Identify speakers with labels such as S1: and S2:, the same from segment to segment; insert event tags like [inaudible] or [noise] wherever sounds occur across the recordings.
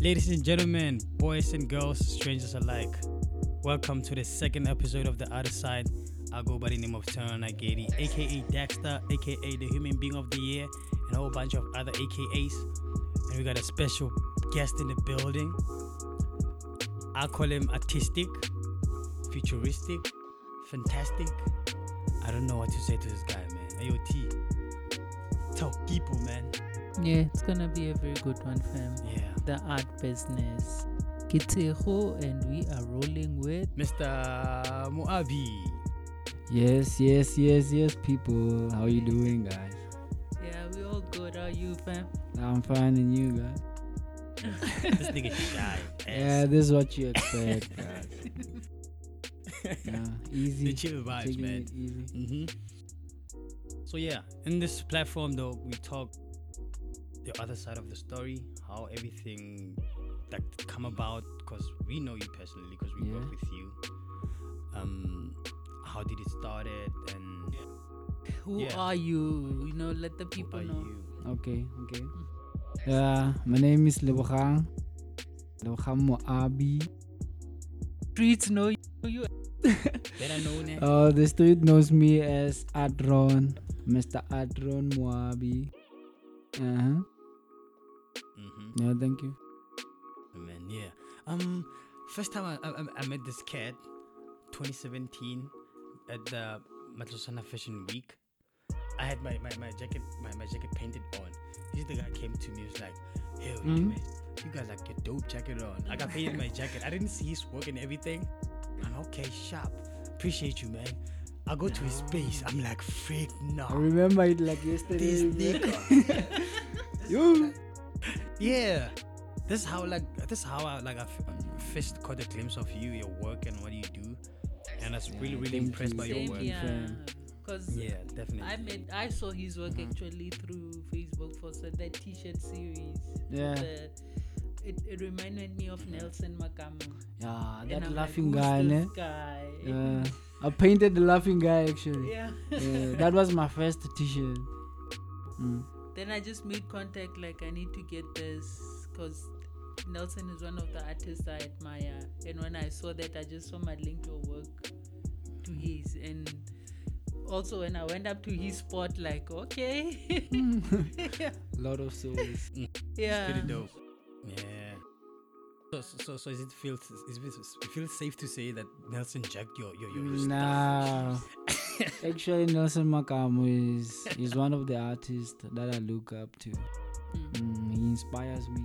S1: Ladies and gentlemen, boys and girls, strangers alike, welcome to the second episode of The Other Side. I go by the name of Turner Nagedi, aka Daxter, aka the Human Being of the Year, and a whole bunch of other AKAs. And we got a special guest in the building. I call him artistic, futuristic, fantastic. I don't know what to say to this guy, man. AOT, talk people, man.
S2: Yeah, it's gonna be a very good one, fam.
S1: Yeah.
S2: The art business. Kitseho, and we are rolling with.
S1: Mr. Muavi.
S3: Yes, yes, yes, yes, people. How you doing, guys?
S2: Yeah, we all good. How you, fam?
S3: I'm fine and you, guys.
S1: This nigga should die.
S3: Yeah,
S1: Ass.
S3: this is what you
S1: [laughs]
S3: expect, guys. Yeah,
S1: the
S3: easy.
S1: chill vibes,
S3: Taking
S1: man.
S3: it
S1: hmm
S3: easy.
S1: So yeah, in this platform though, we talk the other side of the story, how everything that come about, because we know you personally, because we work
S3: Yeah.
S1: with you. Um, how did it started and
S2: Who
S1: Yeah.
S2: are you? You know, let the
S1: who
S2: people
S1: are
S2: know.
S1: you?
S3: Okay, okay. Yeah, my name is Lebogang. Lebogang Moabi.
S2: Streets know you. you-
S1: Better known as
S3: Oh, the street knows me as Adron, Mr. Adron Moabi. Uh huh.
S1: Mhm.
S3: No, thank you.
S1: Man, yeah. Um, first time I, I, I- I met this cat, 2017, at the Matlosana Fashion Week. I had my, my, my jacket my, my jacket painted on. He's the guy came to me was like, "Hey,
S3: Mhm.
S1: man, you guys like your dope jacket on." Like I painted my jacket. I didn't see his work and everything. I'm okay, sharp. Appreciate you, man. I go to his space. I'm like, freak no.
S3: I remember it like
S1: This
S3: yesterday. man.
S1: nigga. [laughs]
S3: Yo.
S1: Yeah. This is how like this is how I like I f- um, first caught a glimpse of you, your work, and what you do, and I was really
S3: Yeah,
S1: really
S3: thank
S1: impressed
S3: you.
S1: by your
S2: Same
S1: work.
S3: yeah.
S2: here.
S3: fam.
S2: Cause
S1: Yeah, Mm-hmm. definitely.
S2: I met, I saw his work actually through Facebook for so that T-shirt series.
S3: Yeah.
S2: The- it, it reminded me of Nelson Makamo.
S3: Yeah,
S2: And
S3: that
S2: I'm like,
S3: laughing
S2: "Who's
S3: guy,
S2: this
S3: ne?
S2: guy?
S3: Yeah. I painted the laughing guy
S2: [laughs]
S3: actually.
S2: Yeah.
S3: Yeah, that was my first t-shirt. Mm.
S2: Then I just made contact, like, I need to get this because Nelson is one of the artists I admire. And when I saw that, I just saw my link your work to his. And also, when I went up to his spot, like, okay. [laughs]
S3: Lot of souls.
S2: yeah.
S3: uh,
S1: Pretty dope. Yeah. So, so so- so is it feels is it feels safe to say that Nelson jacked your your your
S3: nah. actually, Nelson Makamo is is one of the artists that I look up to.
S2: Mm.
S3: Mm, he inspires me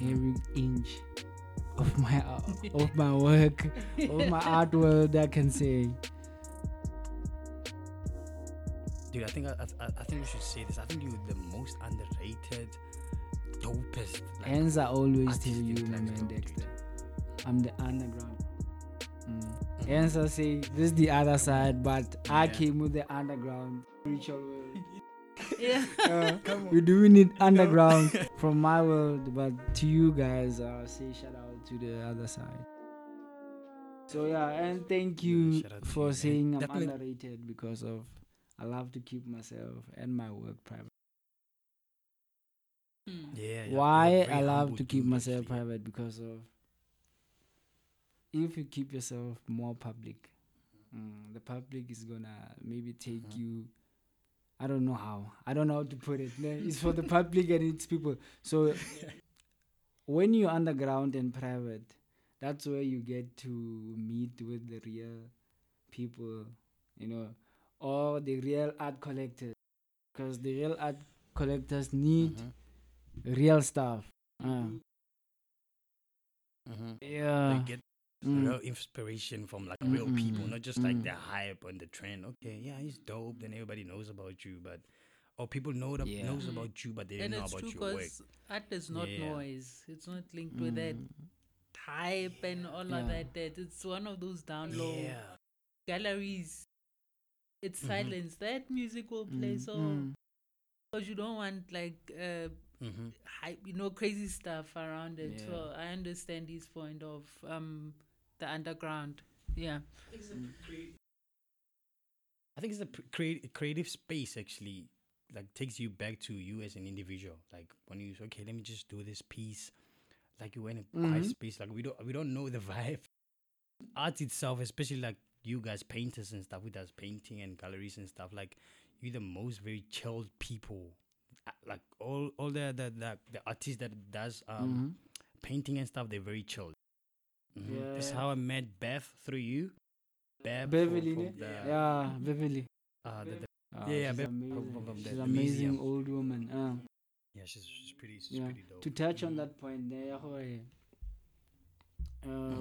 S1: hmm
S3: every inch of my uh, of my work, of my artwork. I can say.
S1: Dude, I think I, I, I think we should say this. I think you're the most underrated, dopest. Like,
S3: Hands are always
S1: artist
S3: tell you, my
S1: intellect
S3: man,
S1: of the
S3: Dexter. I'm the underground. Mm. Hence, I say this is the other side, but I
S1: Yeah.
S3: came with the underground spiritual
S1: [laughs]
S3: world.
S2: [laughs] Yeah.
S3: Uh,
S1: Come
S3: we're doing it underground
S1: [laughs]
S3: from my world, but to you guys, I'll say shout out to the other side. So yeah, and thank
S1: Yeah,
S3: you
S1: shout out to you,
S3: for
S1: man.
S3: saying I'm
S1: Definitely.
S3: underrated because of I love to keep myself and my work private.
S2: Mm.
S1: Yeah. yeah, you're
S3: Why
S1: a
S3: I
S1: very
S3: love
S1: humble
S3: to keep
S1: dude,
S3: myself
S1: actually.
S3: private because of if you keep yourself more public, mm, the public is gonna maybe take
S1: Mhm.
S3: you. I don't know how. I don't know how to put it. No, It's for the public and it's people. So when you're underground and private, that's where you get to meet with the real people, you know, or the real art collectors, because the real art collectors need
S1: Mhm,
S3: real stuff. Uh,
S1: Mm-hmm. mhm.
S3: yeah.
S1: They get
S3: Mm.
S1: real inspiration from like real people,
S3: Mm-mm.
S1: not just like the
S3: Mm.
S1: hype and the trend. Okay, yeah, he's dope, then everybody knows about you, but or people know the,
S3: Yeah.
S1: knows
S2: Mm.
S1: about you, but they don't
S2: And
S1: know
S2: it's
S1: about
S2: true
S1: your work.
S2: because art is not
S1: Yeah. Mm.
S2: noise. It's not
S3: Mm.
S2: linked with that hype and all of
S3: Yeah.
S2: that. That it's one of those down low
S1: Yeah,
S2: galleries. It's
S1: Mhm.
S2: silence. That music will play so
S3: Mm,
S2: because you don't want like uh,
S1: hmm
S2: hype, you know, crazy stuff around it.
S3: Yeah.
S2: So I understand his point of um the underground. Yeah,
S1: I think it's a pr- create, creative space actually, like takes you back to you as an individual. Like when you say, okay, let me just do this piece. like you were in a
S3: Mhm.
S1: quiet space. Like we don't we don't know the vibe. [laughs] Art itself, especially like you guys painters and stuff, with us painting and galleries and stuff. Like you, the most very chilled people. Uh, Like all all the the the, the artists that does um
S3: Mhm.
S1: painting and stuff, they're very chilled. Mhm. That's
S3: Yeah.
S1: how I met Beth through you. Beth
S3: Beverly,
S1: from-
S3: ne?
S1: from the,
S3: Yeah, Beverly.
S1: uh, the- the-
S3: Ah,
S1: Yeah, yeah,
S3: she's
S1: Bev- from- from
S3: amazing.
S1: the-
S3: She's
S1: the
S3: an
S1: museum.
S3: amazing old woman. Ah.
S1: yeah, she's, she's pretty, she's
S3: Yeah.
S1: pretty dope.
S3: to touch on
S1: Mhm.
S3: that point there ya gore, uh,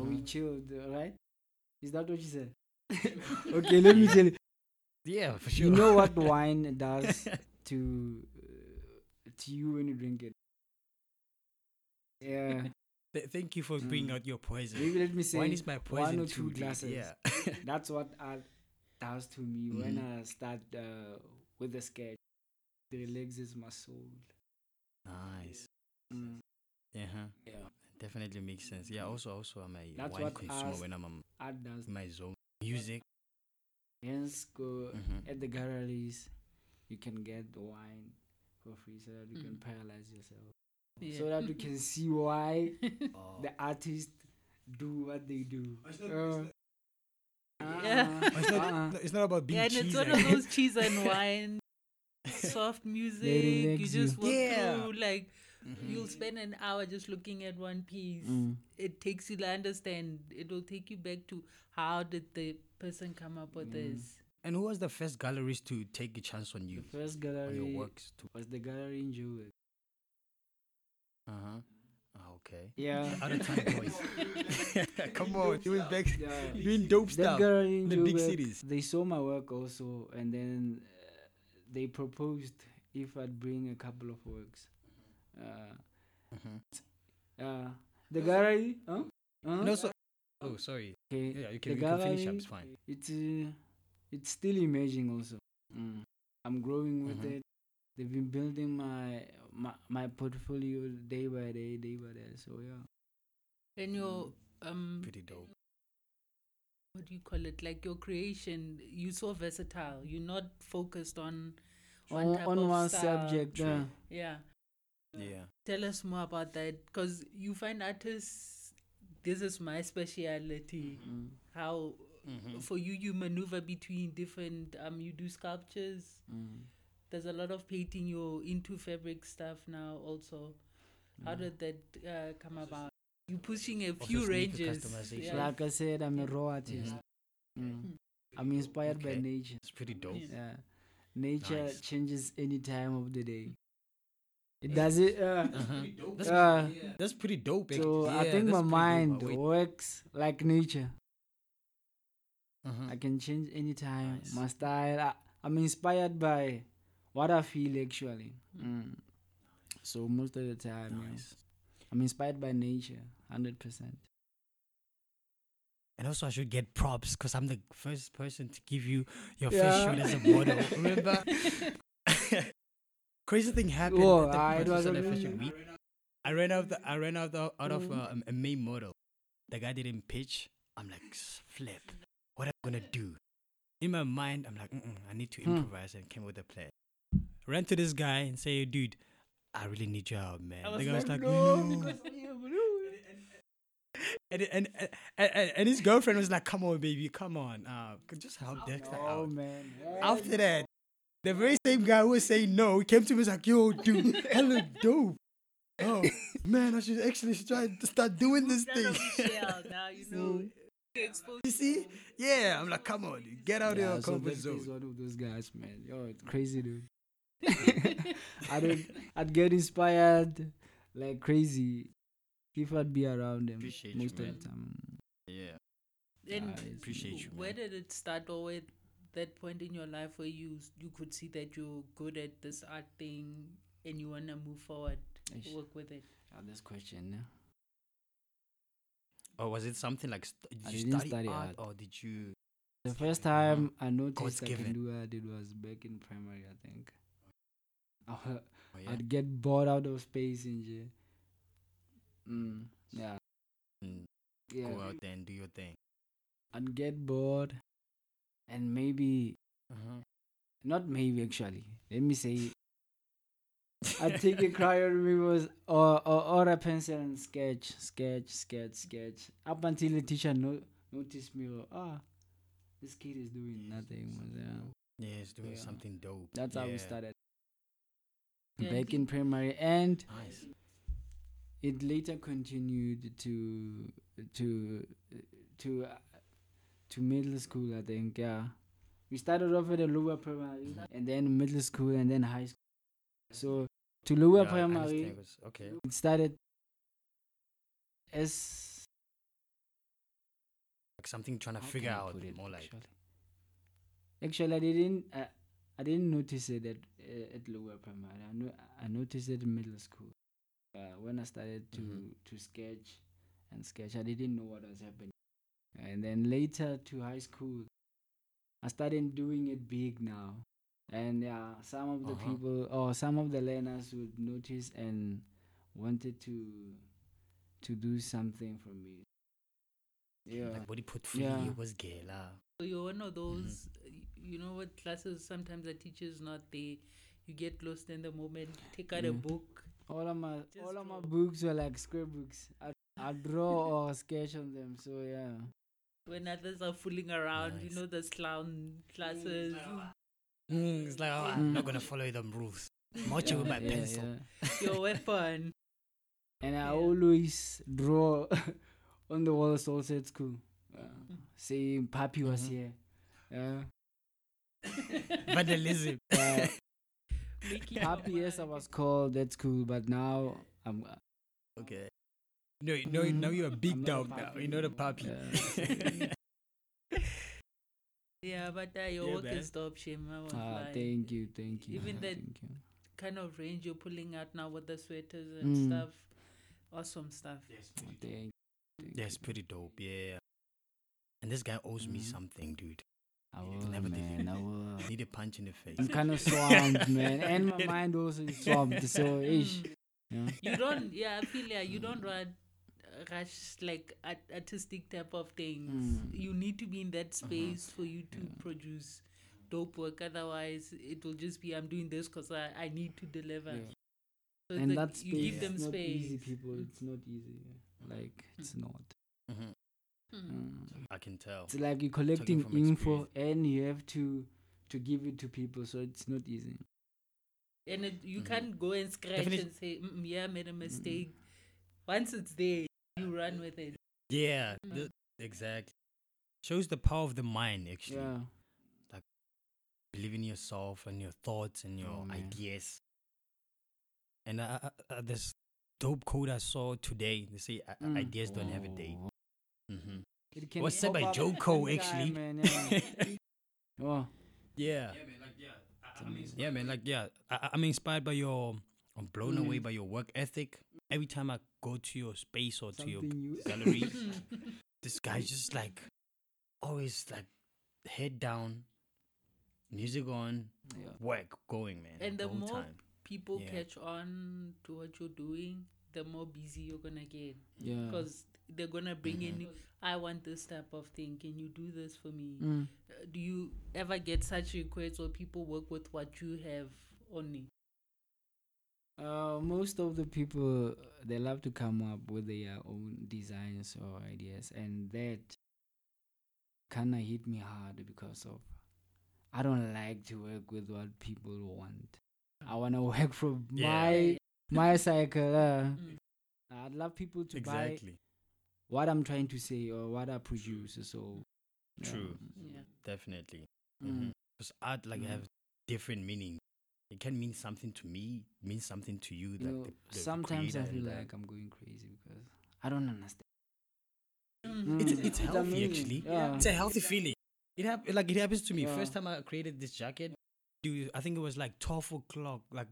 S3: we
S1: Mhm.
S3: chilled right is that what you said [laughs] okay let
S1: [laughs]
S3: me tell you
S1: Yeah, for sure.
S3: you know
S1: [laughs]
S3: what wine does to uh, to you when you drink it
S1: [laughs]
S3: yeah
S1: Th- thank you for bringing
S3: Mm.
S1: out your poison.
S3: maybe let me
S1: Wine
S3: say
S1: is my poison
S3: or
S1: too,
S3: two
S1: dude.
S3: glasses.
S1: Yeah.
S3: that's what art does to me when
S1: Mhm.
S3: i start uh, with a sketch it relaxes my soul
S1: Nice.
S3: Mm.
S1: Yeah. huh.
S3: Yeah.
S1: Definitely makes sense. Yeah. Also, also, I'm a
S3: That's
S1: wine
S3: what
S1: consumer
S3: us-
S1: when I'm um,
S3: art does
S1: in my zone. Music.
S3: hence go
S1: Mhm.
S3: at the galleries you can get wine for free so that you can
S2: Mm.
S3: paralyze yourself
S2: Yeah.
S3: so that you
S2: [laughs]
S3: can see why
S1: Oh.
S3: the artists do what they do Uh,
S2: Yeah.
S3: uh-uh,
S2: [laughs]
S1: Oh, it's, not,
S3: uh-uh.
S1: no, it's not about being
S2: [laughs] yeah, and
S1: cheesy.
S2: it's one of those cheese
S3: [laughs]
S2: and wine, soft music. You
S3: relax
S2: just
S3: you.
S2: walk
S1: Yeah.
S2: through, like
S1: Mhm.
S2: you'll spend an hour just looking at one piece.
S3: Mm.
S2: It takes you to understand. It will take you back to how did the person come up with this?
S1: And who was the first gallerist to take a chance on
S3: the
S1: you,
S3: first
S1: on your
S3: gallery
S1: works? Too?
S3: was the gallery in Joburg
S1: Uh huh. Ah, okay.
S3: yeah
S1: Out of time,
S3: [laughs]
S1: boys. [laughs] Come on, doing back, [laughs]
S3: Yeah.
S1: doing dope
S3: that
S1: stuff.
S3: gallery in
S1: in the big
S3: Joburg,
S1: cities.
S3: they saw my work also and then uh, they proposed if I'd bring a couple of works uh,
S1: Mhm.
S3: uh, the gallery huh? Huh?
S1: No, so. Oh, sorry.
S3: okay
S1: Yeah, you can, you
S3: the
S1: can finish up.
S3: gallery,
S1: It's fine.
S3: it's uh, it's still emerging also Mm. i'm growing with
S1: Mhm.
S3: it they've been building my, my my portfolio day by day day by day so yeah
S2: And your
S3: Mm.
S2: um,
S1: Pretty dope.
S2: what do you call it? Like your creation, you're so versatile. You're not focused on one
S3: on,
S2: type
S3: on
S2: of
S3: one
S2: style.
S3: subject uh,
S1: True.
S3: yeah.
S2: Yeah.
S1: Yeah.
S2: Tell us more about that, because you find artists. This is my speciality.
S3: Mm.
S2: How
S1: Mm-hmm.
S2: for you you maneuver between different um you do sculptures
S3: Mm.
S2: there's a lot of painting you're into fabric stuff now also
S3: mm.
S2: how did that uh, come about you pushing a
S1: Also
S2: few
S1: sneaky
S2: ranges
S1: customization.
S2: yeah.
S3: like i said i'm a raw
S1: Mm-hmm.
S3: artist
S2: [laughs]
S3: Mm.
S2: Mm.
S3: i'm inspired by
S1: Hmm. Okay.
S3: nature
S1: It's pretty dope.
S2: Yeah.
S3: yeah nature
S1: Nice. Eh.
S3: changes any time of the day it does it uh,
S1: [laughs] Uh-huh. That's,
S3: uh,
S1: that's pretty dope. act-
S3: so i
S1: yeah,
S3: think my
S1: that's pretty
S3: mind
S1: dope. Wait,
S3: works like nature
S1: uh-huh.
S3: I can change anytime.
S1: Nice.
S3: My style. I, I'm inspired by what I feel actually. Mm. So most of the time, yeah,
S1: Nice.
S3: I'm inspired by nature, hundred percent.
S1: And also, I should get props because I'm the first person to give you your first
S3: Yeah.
S1: shot as a
S3: [laughs]
S1: model. Remember? [laughs] Crazy thing happened. at
S3: Oh,
S1: the
S3: I- it was
S1: Manchester
S3: a-
S1: Fashion Week. I ran out. The, I ran out the, out of
S3: Mm.
S1: uh, um, a main model. The guy didn't pitch. I'm like, "S- flip. What am I gonna do? In my mind, I'm like, Mm-mm, I need to
S3: Hmm.
S1: improvise and came with a plan. Ran to this guy and say, dude, I really need your help, man. the guy was like, no. And, and, and, and, and his girlfriend was like, come on, baby, come on. Uh, just help Dexter
S3: Oh
S1: out.
S3: man.
S1: After that, the very same guy who was saying no came to me and was like, yo, dude, hello, dope. Oh, man, I should actually try to start doing this thing.
S2: now you know
S1: [laughs] You see? Yeah, I'm like, come on, dude, get out of
S3: Yeah,
S1: your
S3: so
S1: comfort
S3: Beth
S1: zone.
S3: is one of those guys, man. Yo, it's
S1: [laughs]
S3: crazy, dude. I don't. I'd get inspired like crazy if I'd be around them
S1: Appreciate you,
S3: most
S1: man.
S3: of the time.
S1: Yeah.
S2: and
S3: I
S1: appreciate you,
S2: where
S1: man.
S2: did it start or at that point in your life where you you could see that you're good at this art thing and you want to move forward
S3: Eish.
S2: work with it
S3: Ah, this question.
S1: Or Oh, was it something like, st-
S3: I
S1: did you
S3: didn't
S1: study,
S3: study
S1: art,
S3: art.
S1: or did you?
S3: The first
S1: Mhm.
S3: time I noticed
S1: God's
S3: I
S1: given.
S3: can do art, it was back in primary, I think. I wa-
S1: Oh, yeah.
S3: I'd get bored out of space in jail. Mm, yeah,
S1: Mm,
S3: yeah.
S1: Go out there and do your thing.
S3: I'd get bored, and maybe
S1: Uh-huh.
S3: not maybe actually. Let me say, I
S1: [laughs]
S3: take a crowd removals or, or or a pencil and sketch, sketch, sketch, sketch. Up until the teacher no, noticed me. Or, ah, this kid is doing nothing. Yeah.
S1: Yeah, it's doing
S3: Yeah.
S1: something dope.
S3: That's how we
S1: Yeah.
S3: started
S2: Yeah, I
S3: back
S2: think-
S3: in primary, and
S1: Nice.
S3: it later continued to to to uh, to middle school. I think yeah, we started off at a lower primary, and then middle school, and then high school. So to
S1: Yeah,
S3: lower
S1: I
S3: primary,
S1: understand what's- Okay.
S3: it started as
S1: Like something trying to
S3: how
S1: figure
S3: can I
S1: out
S3: put it,
S1: more like.
S3: actually? actually i didn't I, I didn't notice it at uh, at lower primary i know i noticed it in middle school uh, when i started to
S1: Mhm.
S3: to sketch and sketch i didn't know what was happening and then later to high school i started doing it big now and yeah some of the
S1: Uh-huh.
S3: people or some of the learners would notice and wanted to to do something for me yeah
S1: Like body put free,
S3: Yeah.
S1: it was gay lah.
S2: So you're one of
S1: Mm-hmm.
S2: those, uh, y- you know what classes sometimes the teacher's not there. You get lost in the moment. Take out
S3: Yeah.
S2: a
S1: Mm-hmm.
S2: book.
S3: all of my
S2: Just
S3: all of my
S2: draw.
S3: books were like scrapbooks. I I
S2: [laughs]
S3: draw or sketch on them. So yeah,
S2: When others are fooling around, you
S1: Nice.
S2: know those clown classes.
S1: Mm, it's like, oh, I'm not gonna
S3: Mm.
S1: follow them rules. Much
S3: [laughs] yeah,
S1: with my
S3: yeah,
S1: pencil.
S3: yeah.
S2: Your weapon.
S3: And I
S2: Yeah.
S3: always draw [laughs] on the walls also at school, uh,
S2: Mm-hmm.
S3: saying "Papi
S1: Mhm.
S3: was here." Yeah,
S1: Vandalism. [laughs]
S3: uh,
S2: Making your
S3: [laughs] Papi yes I
S2: mark.
S3: was called at school, but now I'm. uh,
S1: Okay. No, you- no, you-
S2: Mm-hmm.
S1: now you're a
S3: Mm. I'm
S1: big
S3: not a
S1: dog now.
S3: puppy
S1: You're not a
S3: anymore.
S1: puppy.
S3: Yeah.
S2: Yeah, but uh, your
S1: Yeah,
S2: work
S1: man.
S2: is dope, Shame. I won't
S3: Ah,
S2: lie.
S3: thank you, thank you.
S2: Oh,
S3: [laughs]
S2: Even that-
S3: thank you.
S2: Kind of range you're pulling out now with the sweaters and
S3: Mm.
S2: stuff. Awesome stuff.
S3: Thank you. thank
S1: [laughs] Yeah, it's
S3: you.
S1: pretty dope. Yeah. And this guy owes me
S3: Mhm.
S1: something, dude.
S3: I
S1: you
S3: will,
S1: never did.
S3: man. I will.
S1: I need a punch in the face.
S3: I'm
S2: [laughs]
S3: kind of swamped, man, and my mind also is swamped.
S2: [laughs]
S3: So, ish.
S2: Mm.
S3: Yeah.
S2: You don't, yeah, I feel yeah, you
S1: Mm.
S2: don't want rush like art- artistic type of things.
S3: Mm. Uh-huh.
S2: You need to be in that space for you to
S3: Yeah.
S2: produce dope work. Otherwise, it will just be I'm doing this because I, I need to deliver.
S3: Yeah.
S2: So
S3: And
S2: the-
S3: that
S2: you
S3: space
S2: give
S1: is
S2: them
S3: it's not
S2: space. Hmm.
S3: easy, people. It's not easy. Like it's not.
S1: Mhm.
S2: Mm.
S3: Mm.
S1: I can tell.
S3: It's like you're collecting
S1: from
S3: info and you have to to give it to people. So it's not easy.
S2: And it, you
S1: Mhm.
S2: can't go and scratch
S1: Definit-
S2: and say, mm, mm, yeah, I made a mistake. Once it's there, you run with it.
S1: Yeah,
S3: Mm-hmm.
S2: Mm.
S1: th- exactly. Shows the power of the mind, actually.
S3: Yeah.
S1: Believe in yourself and your thoughts and your
S3: Oh, man.
S1: ideas. And uh, uh, uh, this dope quote I saw today, they say uh,
S3: Mm.
S1: ideas don't have a date.
S3: Oh.
S1: hmm
S3: It can
S1: Was said
S3: pop
S1: by
S3: up
S1: Joko,
S3: anytime,
S1: actually.
S3: Man, yeah.
S1: [laughs]
S3: oh,
S1: Yeah.
S3: I- I'm amazing.
S1: Yeah, man. Like, yeah, I, I- I'm inspired by your. I'm blown away
S3: Mm.
S1: by your work ethic. Every time I go to your space or to your
S3: something new. [laughs]
S1: salary, this guy's just like always like head down, music on,
S3: Yeah.
S1: work going, man.
S2: And
S1: the
S2: the
S1: whole
S2: more
S1: time.
S2: People
S1: Yeah.
S2: catch on to what you're doing, the more busy you're going to
S1: Mm.
S2: get.
S3: Yeah.
S2: Because they're going to bring in,
S1: Mhm.
S2: you, I want this type of thing. Can you do this for me?
S3: Mm.
S2: Uh, Do you ever get such requests or people work with what you have only?
S3: Uh, most of the people they love to come up with their own designs or ideas, and that kinda hit me hard because of I don't like to work with what people want. I wanna [laughs] work from
S1: Yeah.
S3: my my cycle. Uh,
S2: Mm.
S3: I'd love people to buy
S1: Exactly.
S3: what I'm trying to say or what I produce. So yeah.
S1: True. Mm-hmm.
S2: Yeah.
S1: Definitely.
S3: Mm.
S1: Because art like
S3: Mhm.
S1: have different meaning. It can mean something to me, means something to you.
S3: You
S1: like
S3: know,
S1: the- the- the
S3: sometimes I
S1: creator
S3: feel
S1: and the-
S3: like I'm going crazy because I don't understand.
S2: Mm.
S1: It's-
S3: Mm.
S1: it's healthy,
S3: amazing.
S1: actually.
S3: Yeah.
S1: it's a healthy feeling. It hap- like it happens to me.
S3: Yeah.
S1: First time I created this jacket, dude, I think it was like twelve o'clock, like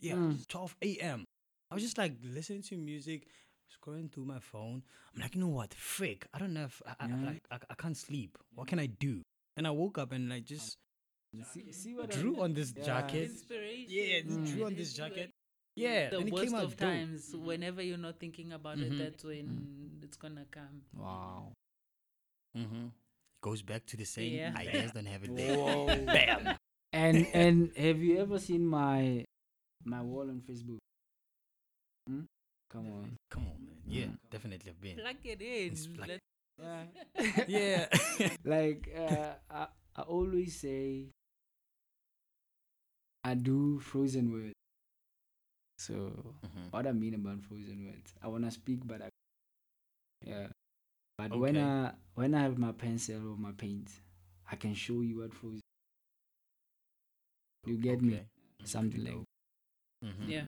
S1: yeah,
S3: Mm.
S1: twelve a.m. I was just like listening to music, scrolling through my phone. I'm like, you know what, frick, I don't know if I, I-
S3: Yeah.
S1: I, like, I, I can't sleep. What can I do? And I woke up and I just
S3: See, see what I
S1: drew
S3: mean?
S1: on this
S3: Yeah.
S1: jacket.
S2: Inspiration.
S1: Yeah,
S3: Mm.
S1: drew on
S2: It
S1: this
S2: is like-
S1: jacket. Yeah,
S2: the
S1: and it
S2: worst
S1: came out
S2: of
S1: dope.
S2: times
S3: Mm-hmm.
S2: whenever you're not thinking about
S1: Mhm.
S2: it that's when it's gonna come
S3: Wow.
S1: Mm-hmm. Goes back to the same.
S2: Yeah.
S3: [laughs]
S1: Ideas don't have a day.
S3: Whoa.
S1: Bam.
S3: and and have you ever seen my my wall on Facebook. Hmm? Come on.
S1: Come on, man. Yeah,
S3: Mm.
S1: definitely have been.
S2: Plug it in.
S1: It's plug-
S2: Let-
S3: Yeah.
S1: yeah.
S3: like uh, I, I always say i do frozen words so
S1: Mhm.
S3: what i mean about frozen words i want to speak but i yeah but when
S1: Okay.
S3: i when i have my pencil or my paint i can show you what frozen you get me
S1: Okay.
S3: something like
S1: Mhm.
S2: [laughs] Yeah.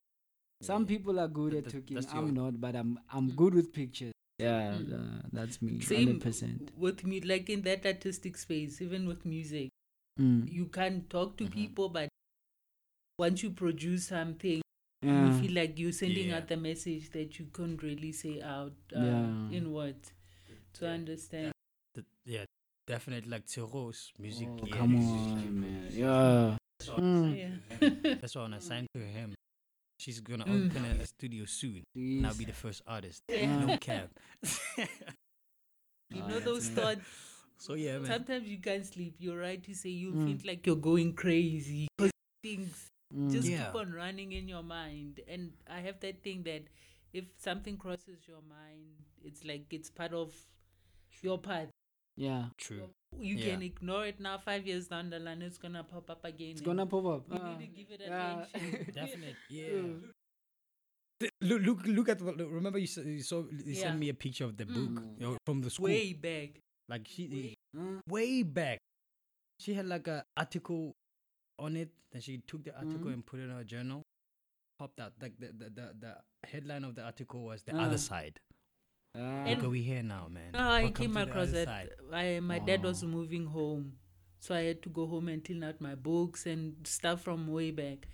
S3: some people are good
S1: That-
S3: at
S1: that-
S3: talking
S1: that's
S3: i'm
S1: your-
S3: not but i'm i'm
S2: Mm.
S3: good with pictures yeah
S2: Mm.
S3: uh, that's me
S2: Same
S3: 100%
S2: with me, like in that artistic space, even with music,
S1: Mm-hmm.
S3: Mm.
S2: you can talk to
S1: Mhm.
S2: people, but once you produce something,
S3: yeah.
S2: you feel like you're sending
S1: Yeah.
S2: out the message that you can't really say out uh,
S3: Yeah.
S2: in words. To understand,
S1: Th- yeah, definitely like Tiro's music.
S3: Oh,
S1: yeah,
S3: come
S1: it's-
S3: on, man. Yeah.
S1: That's what,
S3: Mm.
S2: yeah.
S1: that's what I'm assigned to him. She's gonna
S2: Mm.
S1: open a, a studio soon, and I'll be the first artist. No
S2: [laughs]
S1: cap.
S2: you
S3: Oh,
S2: know
S3: that's
S2: those
S3: nice.
S2: thoughts.
S1: so yeah, man.
S2: Sometimes you can't sleep. You're right to say you
S3: Mm.
S2: feel like you're going crazy because things
S3: Mm.
S2: just
S1: Yeah.
S2: keep on running in your mind. And I have that thing that if something crosses your mind, it's like it's part of your path.
S3: yeah.
S1: True.
S2: You
S1: Yeah.
S2: can ignore it now. Five years down the line, it's gonna pop up again.
S3: It's gonna pop up.
S2: You
S3: Ah.
S2: need to give it
S3: yeah. [laughs]
S2: attention. [laughs]
S1: Definitely. Yeah.
S3: Yeah.
S2: Mm.
S1: Th- Look, look, look at. what- Remember, you, s- you saw. You
S2: Yeah.
S1: sent me a picture of the book
S3: Mm.
S1: you know, from the school.
S2: way back.
S1: Like she,
S2: Way-
S3: Mm.
S1: way back, she had like a article on it. Then she took the article
S3: Mhm.
S1: and put it in her journal. Popped out like the the, the, the headline of the article was the
S3: Ah.
S1: other side.
S3: Ah.
S1: Look are we here now, man.
S2: No, I
S1: Welcome
S2: came
S1: to the
S2: across
S1: other
S2: that.
S1: side.
S2: I, my dad was
S3: Oh.
S2: moving home, so I had to go home and clean out my books and stuff from way back.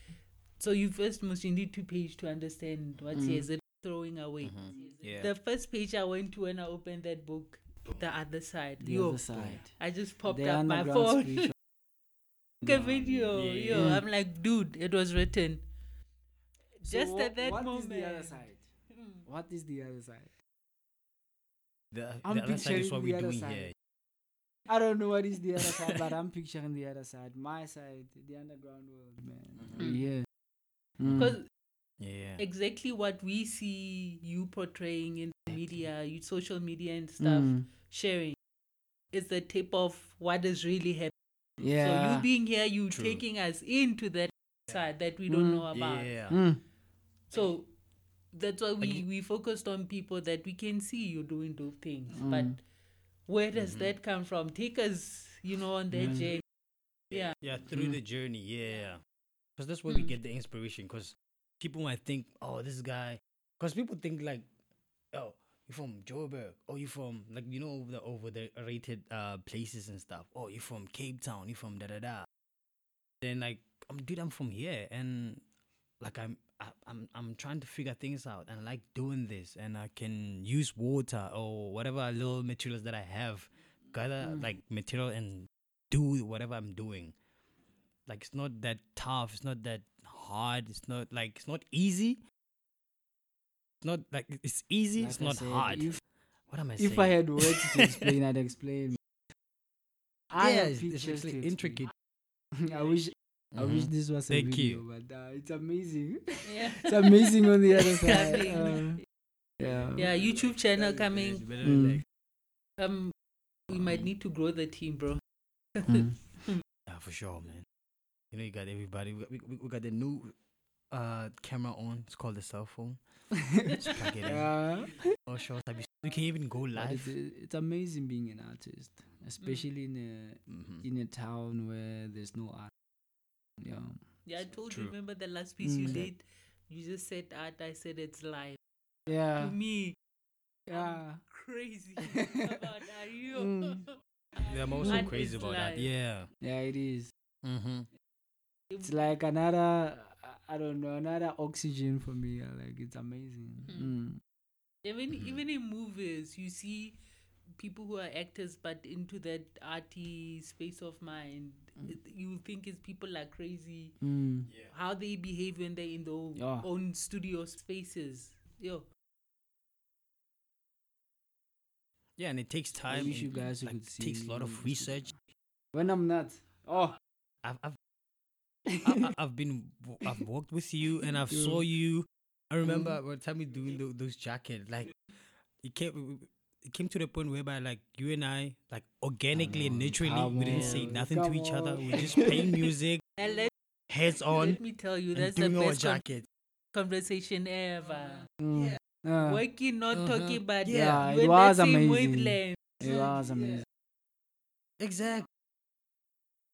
S2: So you first must you need two page to understand what's
S3: Mm. Mm-hmm.
S2: here. Is it throwing away?
S1: Yeah.
S2: The first page I went to when I opened that book, the other side.
S3: the
S2: yo,
S3: other side.
S2: I just popped
S3: The
S2: up my [laughs]
S3: underground
S2: phone.
S3: [laughs] spiritual-
S2: Look at video.
S1: yeah,
S2: yo,
S3: yeah.
S2: I'm like, dude, it was written.
S3: So
S2: Just
S3: wha-
S2: at that
S3: what
S2: moment.
S3: is the other side?
S2: Mm.
S3: What is the other side?
S1: The,
S3: I'm
S1: the other side is
S3: picturing
S1: what we're
S3: the other
S1: doing
S3: side.
S1: here.
S3: I don't know what is the other side, but I'm picturing the other side. My side, the underground world, man.
S2: Mhm.
S3: Yeah.
S1: Mm.
S3: Mm.
S2: Because
S1: Yeah.
S2: exactly what we see you portraying in the media, you social media and stuff,
S3: Mm.
S2: sharing, is the tip of what is really happening. So
S3: Yeah.
S2: you being here, you
S1: True.
S2: taking us into that side that we don't
S3: Mm.
S2: know about.
S1: Yeah.
S3: Mm.
S2: So that's why we,
S1: you-
S2: we focused on people that we can see you doing dope things. But
S3: Mm. Mm-hmm.
S2: where does that come from? Take us, you know, on that
S3: Yeah.
S2: journey. Yeah. Mm-hmm.
S1: Yeah, through
S3: Mm.
S1: the journey. Yeah. Because that's where we
S2: Mm.
S1: get the inspiration. Because people might think, oh, this guy. Because people think, like, oh, you're from Joburg. Oh, you're from, like, you know, the over the rated uh, places and stuff. Oh, you're from Cape Town. You're from da da da. Then, like, I'm, dude, I'm from here. And, like, I'm. I, I'm I'm trying to figure things out and I like doing this and I can use water or whatever little materials that I have gather
S3: Mm.
S1: like material and do whatever I'm doing like it's not that tough it's not that hard it's not like it's not easy it's not like it's easy
S3: Like
S1: it's
S3: I
S1: not
S3: said,
S1: hard
S3: If,
S1: what am i saying
S3: if I had words
S1: [laughs]
S3: to explain, I'd explain. I
S1: yeah
S3: have
S1: it's, it's
S3: pictures to
S1: actually
S3: explain.
S1: intricate
S3: I wish I wish
S2: Mm-hmm.
S1: Mhm.
S3: this was a
S1: Thank
S3: video,
S1: you.
S3: but uh, it's amazing.
S2: Yeah.
S3: it's amazing
S2: [laughs]
S3: on the other
S2: It's
S3: side.
S2: happening.
S3: Uh, yeah.
S2: yeah, YouTube channel
S1: Better
S2: coming.
S1: relax, better
S3: Mm.
S1: relax.
S2: Um, we might need to grow the team, bro. [laughs]
S3: Mm.
S1: yeah Ah, for sure man you know you got everybody we got, we, we- we got the new uh camera on it's called the cell
S3: [laughs]
S1: phone Just plug it in.
S3: Yeah.
S1: oh sure we can even go
S3: But
S1: live
S3: it's, it's amazing being an artist, especially in
S1: Mhm.
S3: a in a town where there's no art. Yeah.
S2: Yeah, I told
S1: True.
S2: you. Remember the last piece you
S3: Mm.
S2: did? You just said art. I said it's live. to
S3: Yeah.
S2: me,
S3: Yeah.
S1: um,
S3: [laughs]
S2: crazy about are you?
S3: Mm.
S1: yeah i'm
S3: Art
S1: also
S3: is
S1: crazy about that
S2: live.
S1: yeah
S3: Yeah. It is.
S1: mm-hmm.
S3: It's
S1: Mm.
S3: like another. I- I don't know. Another oxygen for me. uh, Like it's amazing. Mm.
S2: [laughs] Even
S1: Mhm.
S2: even in movies, you see people who are actors but into that arty space of mind. It- You think it's people are crazy.
S3: Mm.
S2: How they behave when they're in their own,
S3: Yeah.
S2: own studio spaces. Yo,
S1: yeah and it takes
S3: I
S1: time
S3: wish you
S1: and,
S3: guys
S1: like,
S3: could see.
S1: takes a lot
S3: me
S1: of
S3: in the studio.
S1: research
S3: When I'm not. Oh.
S1: I've, I've I,
S3: [laughs]
S1: I, I've been, I've worked with you, and I've saw you. I remember
S3: Mm-hmm.
S1: one time we doing tho- those jackets. Like it came, it came to the point whereby like you and I, like organically and
S3: on,
S1: naturally,
S3: come
S1: we didn't say
S3: on,
S1: nothing to
S3: come
S1: each other. We
S3: on.
S1: just
S3: [laughs]
S1: playing music,
S2: And let,
S1: heads Mm. on,
S2: let me tell you,
S1: and
S2: that's the
S1: doing our
S2: best con-
S1: jacket.
S2: conversation ever.
S3: Mm. Uh,
S2: Working, not
S1: Uh-huh.
S2: talking, but
S1: Yeah,
S2: you
S3: it
S2: were
S3: was
S2: that same
S3: amazing.
S2: wavelength.
S3: it was amazing.
S1: Exactly.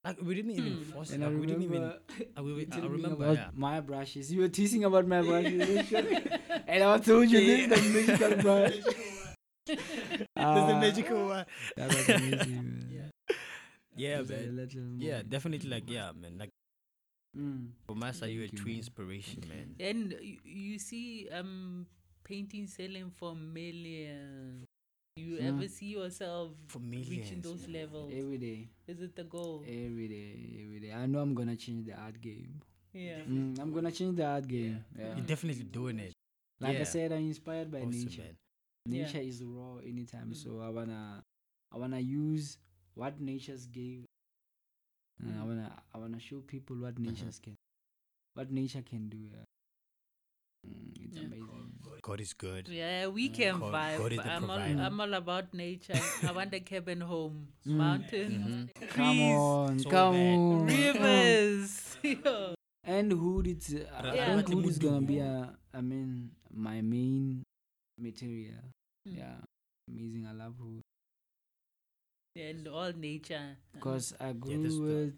S1: Like we didn't even
S2: Hmm.
S1: force it.
S3: And I
S1: Like, we didn't even.
S3: remember
S1: I, we, I
S3: telling me
S1: remember.
S3: about
S1: Yeah.
S3: my brushes. You were teasing about my brushes.
S1: [laughs]
S3: and I told you this is the magical brush.
S1: There's the
S3: Ah,
S1: magical one.
S3: That was amazing. man.
S1: Yeah,
S3: Those are
S1: man.
S3: little
S1: Yeah,
S3: moments.
S1: definitely. Like, yeah, man. Like,
S3: Mm.
S1: for Master, you a
S3: Thank you,
S1: true
S3: man.
S1: inspiration, man.
S2: And you, you see, um, painting selling for millions. You
S3: Yeah.
S2: ever see yourself
S1: For
S2: reaching
S1: millions,
S2: those
S1: man.
S2: levels?
S3: Every day,
S2: Is it the goal?
S3: every day, every day. I know I'm gonna change the art game.
S2: Yeah.
S3: Mm, I'm gonna change the art game. Yeah.
S1: You're definitely doing it.
S3: Like
S1: yeah.
S3: I said, I'm inspired by
S1: Awesome,
S3: nature.
S1: man.
S2: Yeah.
S3: Nature is raw anytime,
S2: Mm.
S3: so I wanna, I wanna use what nature's gave, and I
S2: Mm.
S3: wanna, I wanna show people what
S1: Uh-huh.
S3: nature's can, what nature can do. Yeah. Mm, it's
S2: Yeah.
S3: amazing.
S1: God is good.
S2: Yeah, we
S3: Mm.
S2: can
S1: God-
S2: vibe.
S1: God is the
S2: I'm all,
S1: provider.
S2: I'm all about nature. I want a cabin home,
S3: [laughs] Mm. Mm-hmm.
S2: mountains,
S1: Mhm.
S3: Come on,
S1: So
S3: come
S1: bad.
S3: on.
S2: rivers. [laughs] Yeah.
S3: And hood, it's. Uh, I
S2: Yeah. But
S3: think hood is gonna be
S1: Mudu.
S3: a. I mean, my main material.
S2: Mm.
S3: Yeah, amazing. I love hood
S2: and all nature.
S3: because I grew
S1: that's the-
S3: with.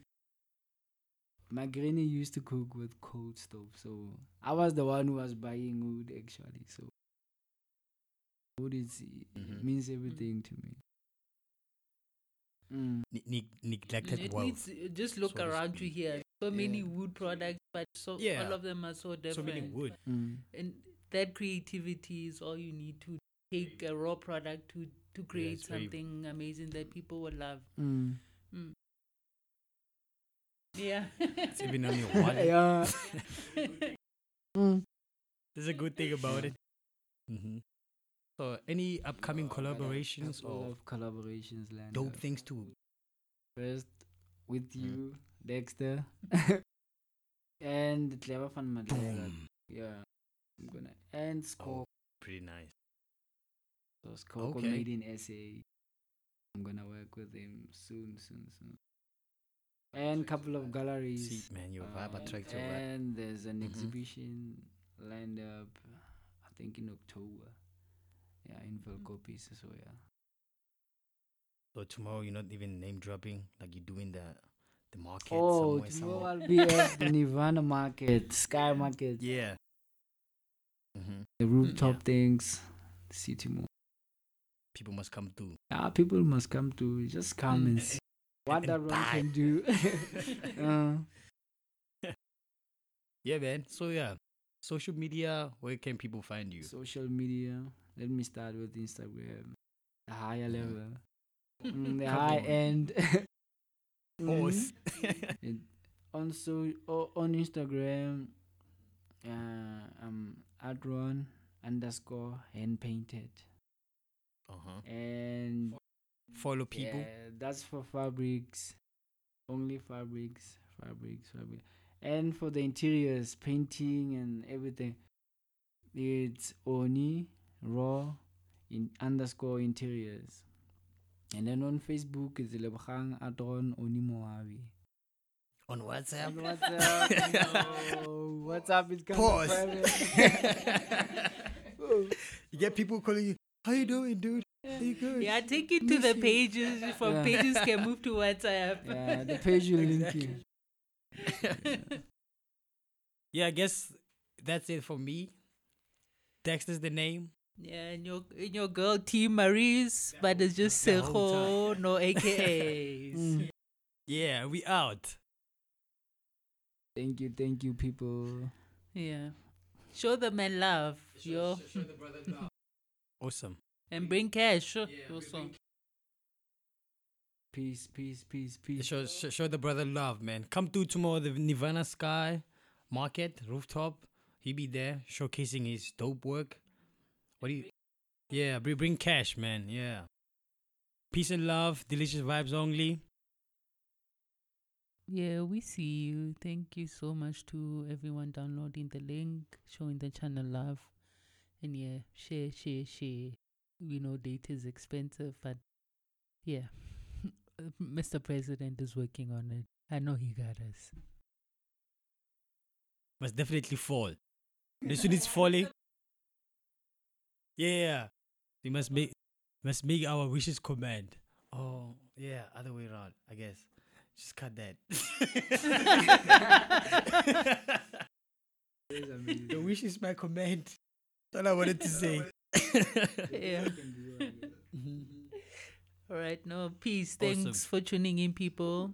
S3: My granny used to cook with cold stove, so I was the one who was buying wood actually. So wood is it
S1: Mhm.
S3: means everything to me. Mm.
S1: Ne- ne- neglected
S2: it
S1: wealth.
S2: needs just look
S1: so to
S2: around you
S1: speak.
S2: here. So many
S3: Yeah.
S2: wood products, but so
S1: Yeah.
S2: all of them are so different.
S1: so many wood.
S3: Mm.
S2: And that creativity is all you need to take a raw product to to create
S1: it's very-
S2: something amazing that people will love.
S1: [laughs]
S3: Mm.
S2: Yeah.
S1: It's even on your
S2: [laughs]
S1: wallet.
S3: [laughs] yeah. Mm.
S1: There's a good thing about
S3: [laughs]
S1: it. hmm So, any upcoming collaborations
S3: Couple
S1: or
S3: of collaborations, lined
S1: dope
S3: up.
S1: things to
S3: first with
S1: Mm.
S3: you, Dexter, [laughs] and Clever Fun Madera.
S1: boom?
S3: Yeah, I'm gonna and Score.
S1: Pretty nice.
S3: So Score
S1: okay.
S3: made in SA. I'm gonna work with him soon, soon, soon. And couple of galleries.
S1: See, man, your vibe
S3: um,
S1: attracts your vibe.
S3: and there's an
S1: Mhm.
S3: exhibition lined up, I think in October. Yeah, in Velkopis. So yeah.
S1: So tomorrow you're not even name dropping, like you're doing the the market
S3: oh,
S1: somewhere.
S3: tomorrow
S1: somewhere. Mm-hmm.
S3: I'll be at the Nirvana Market, Sky Market.
S1: Yeah. hmm
S3: the rooftop
S1: yeah.
S3: things, city mall.
S1: People must come through.
S3: Yeah, people must come to just come
S2: Mm.
S3: and see what
S1: And
S3: that one
S1: buy.
S3: can
S1: [laughs]
S3: do. [laughs]
S1: Ah.
S3: uh,
S1: Yeah, man. So yeah, social media. Where can people find you?
S3: social media. Let me start with Instagram, the higher
S1: Mhm.
S3: level, mm, the
S1: Come
S3: high
S1: on.
S3: end. [laughs]
S1: Oh,
S3: Mhm.
S1: s-
S3: [laughs] on so o- on Instagram, uh, um, Adron underscore hand painted
S1: uh-huh.
S3: and
S1: Follow people.
S3: Yeah, that's for fabrics. Only fabrics, fabrics, fabrics. And for the interiors, painting and everything. It's Oni Raw in underscore interiors. And then on Facebook it's Lebogang Adron Oni Moabi.
S1: on WhatsApp.
S3: What's up? no. What's up? It's kind
S1: Pause.
S3: Of
S1: [laughs]
S3: private.
S1: you get people calling you. How you doing, dude? Are you good?
S2: yeah, take it to the
S1: Missing.
S2: pages. From
S3: Yeah.
S2: pages
S3: [laughs]
S2: can move to WhatsApp.
S3: yeah, the page will link you.
S1: Yeah, I guess that's it for me. Dexter's the name.
S2: Yeah, and your and your girl T Maries, but it's just
S1: the whole
S2: Seho, no AKAs.
S3: [laughs] Mm.
S1: Yeah, we out.
S3: Thank you, thank you, people.
S2: Yeah. Show the man love, yo.
S1: Awesome.
S2: and bring cash. Yeah, also.
S3: Peace, peace, peace, peace.
S1: Show, show, show the brother love, man. Come through tomorrow, the Nirvana Sky Market rooftop. He be there showcasing his dope work. What do you? Yeah, bring, bring cash, man. Yeah. Peace and love, delicious vibes only.
S2: Yeah, we see you. Thank you so much to everyone downloading the link, showing the channel love, and yeah, share, share, share. We know data is expensive, but yeah, [laughs] Mr. President is working on it. I know he got us.
S3: [laughs]
S1: Must definitely fall. The soon it's falling. Yeah. We must make must make our wishes command. Oh yeah, other way around, I guess. Just cut that. [laughs]
S3: It is amazing.
S1: Your wish is my command. That's all I wanted to say.
S2: [laughs] Yeah.
S3: Can do all that.
S2: [laughs] All right, no, peace.
S1: Awesome.
S2: Thanks for tuning in, people.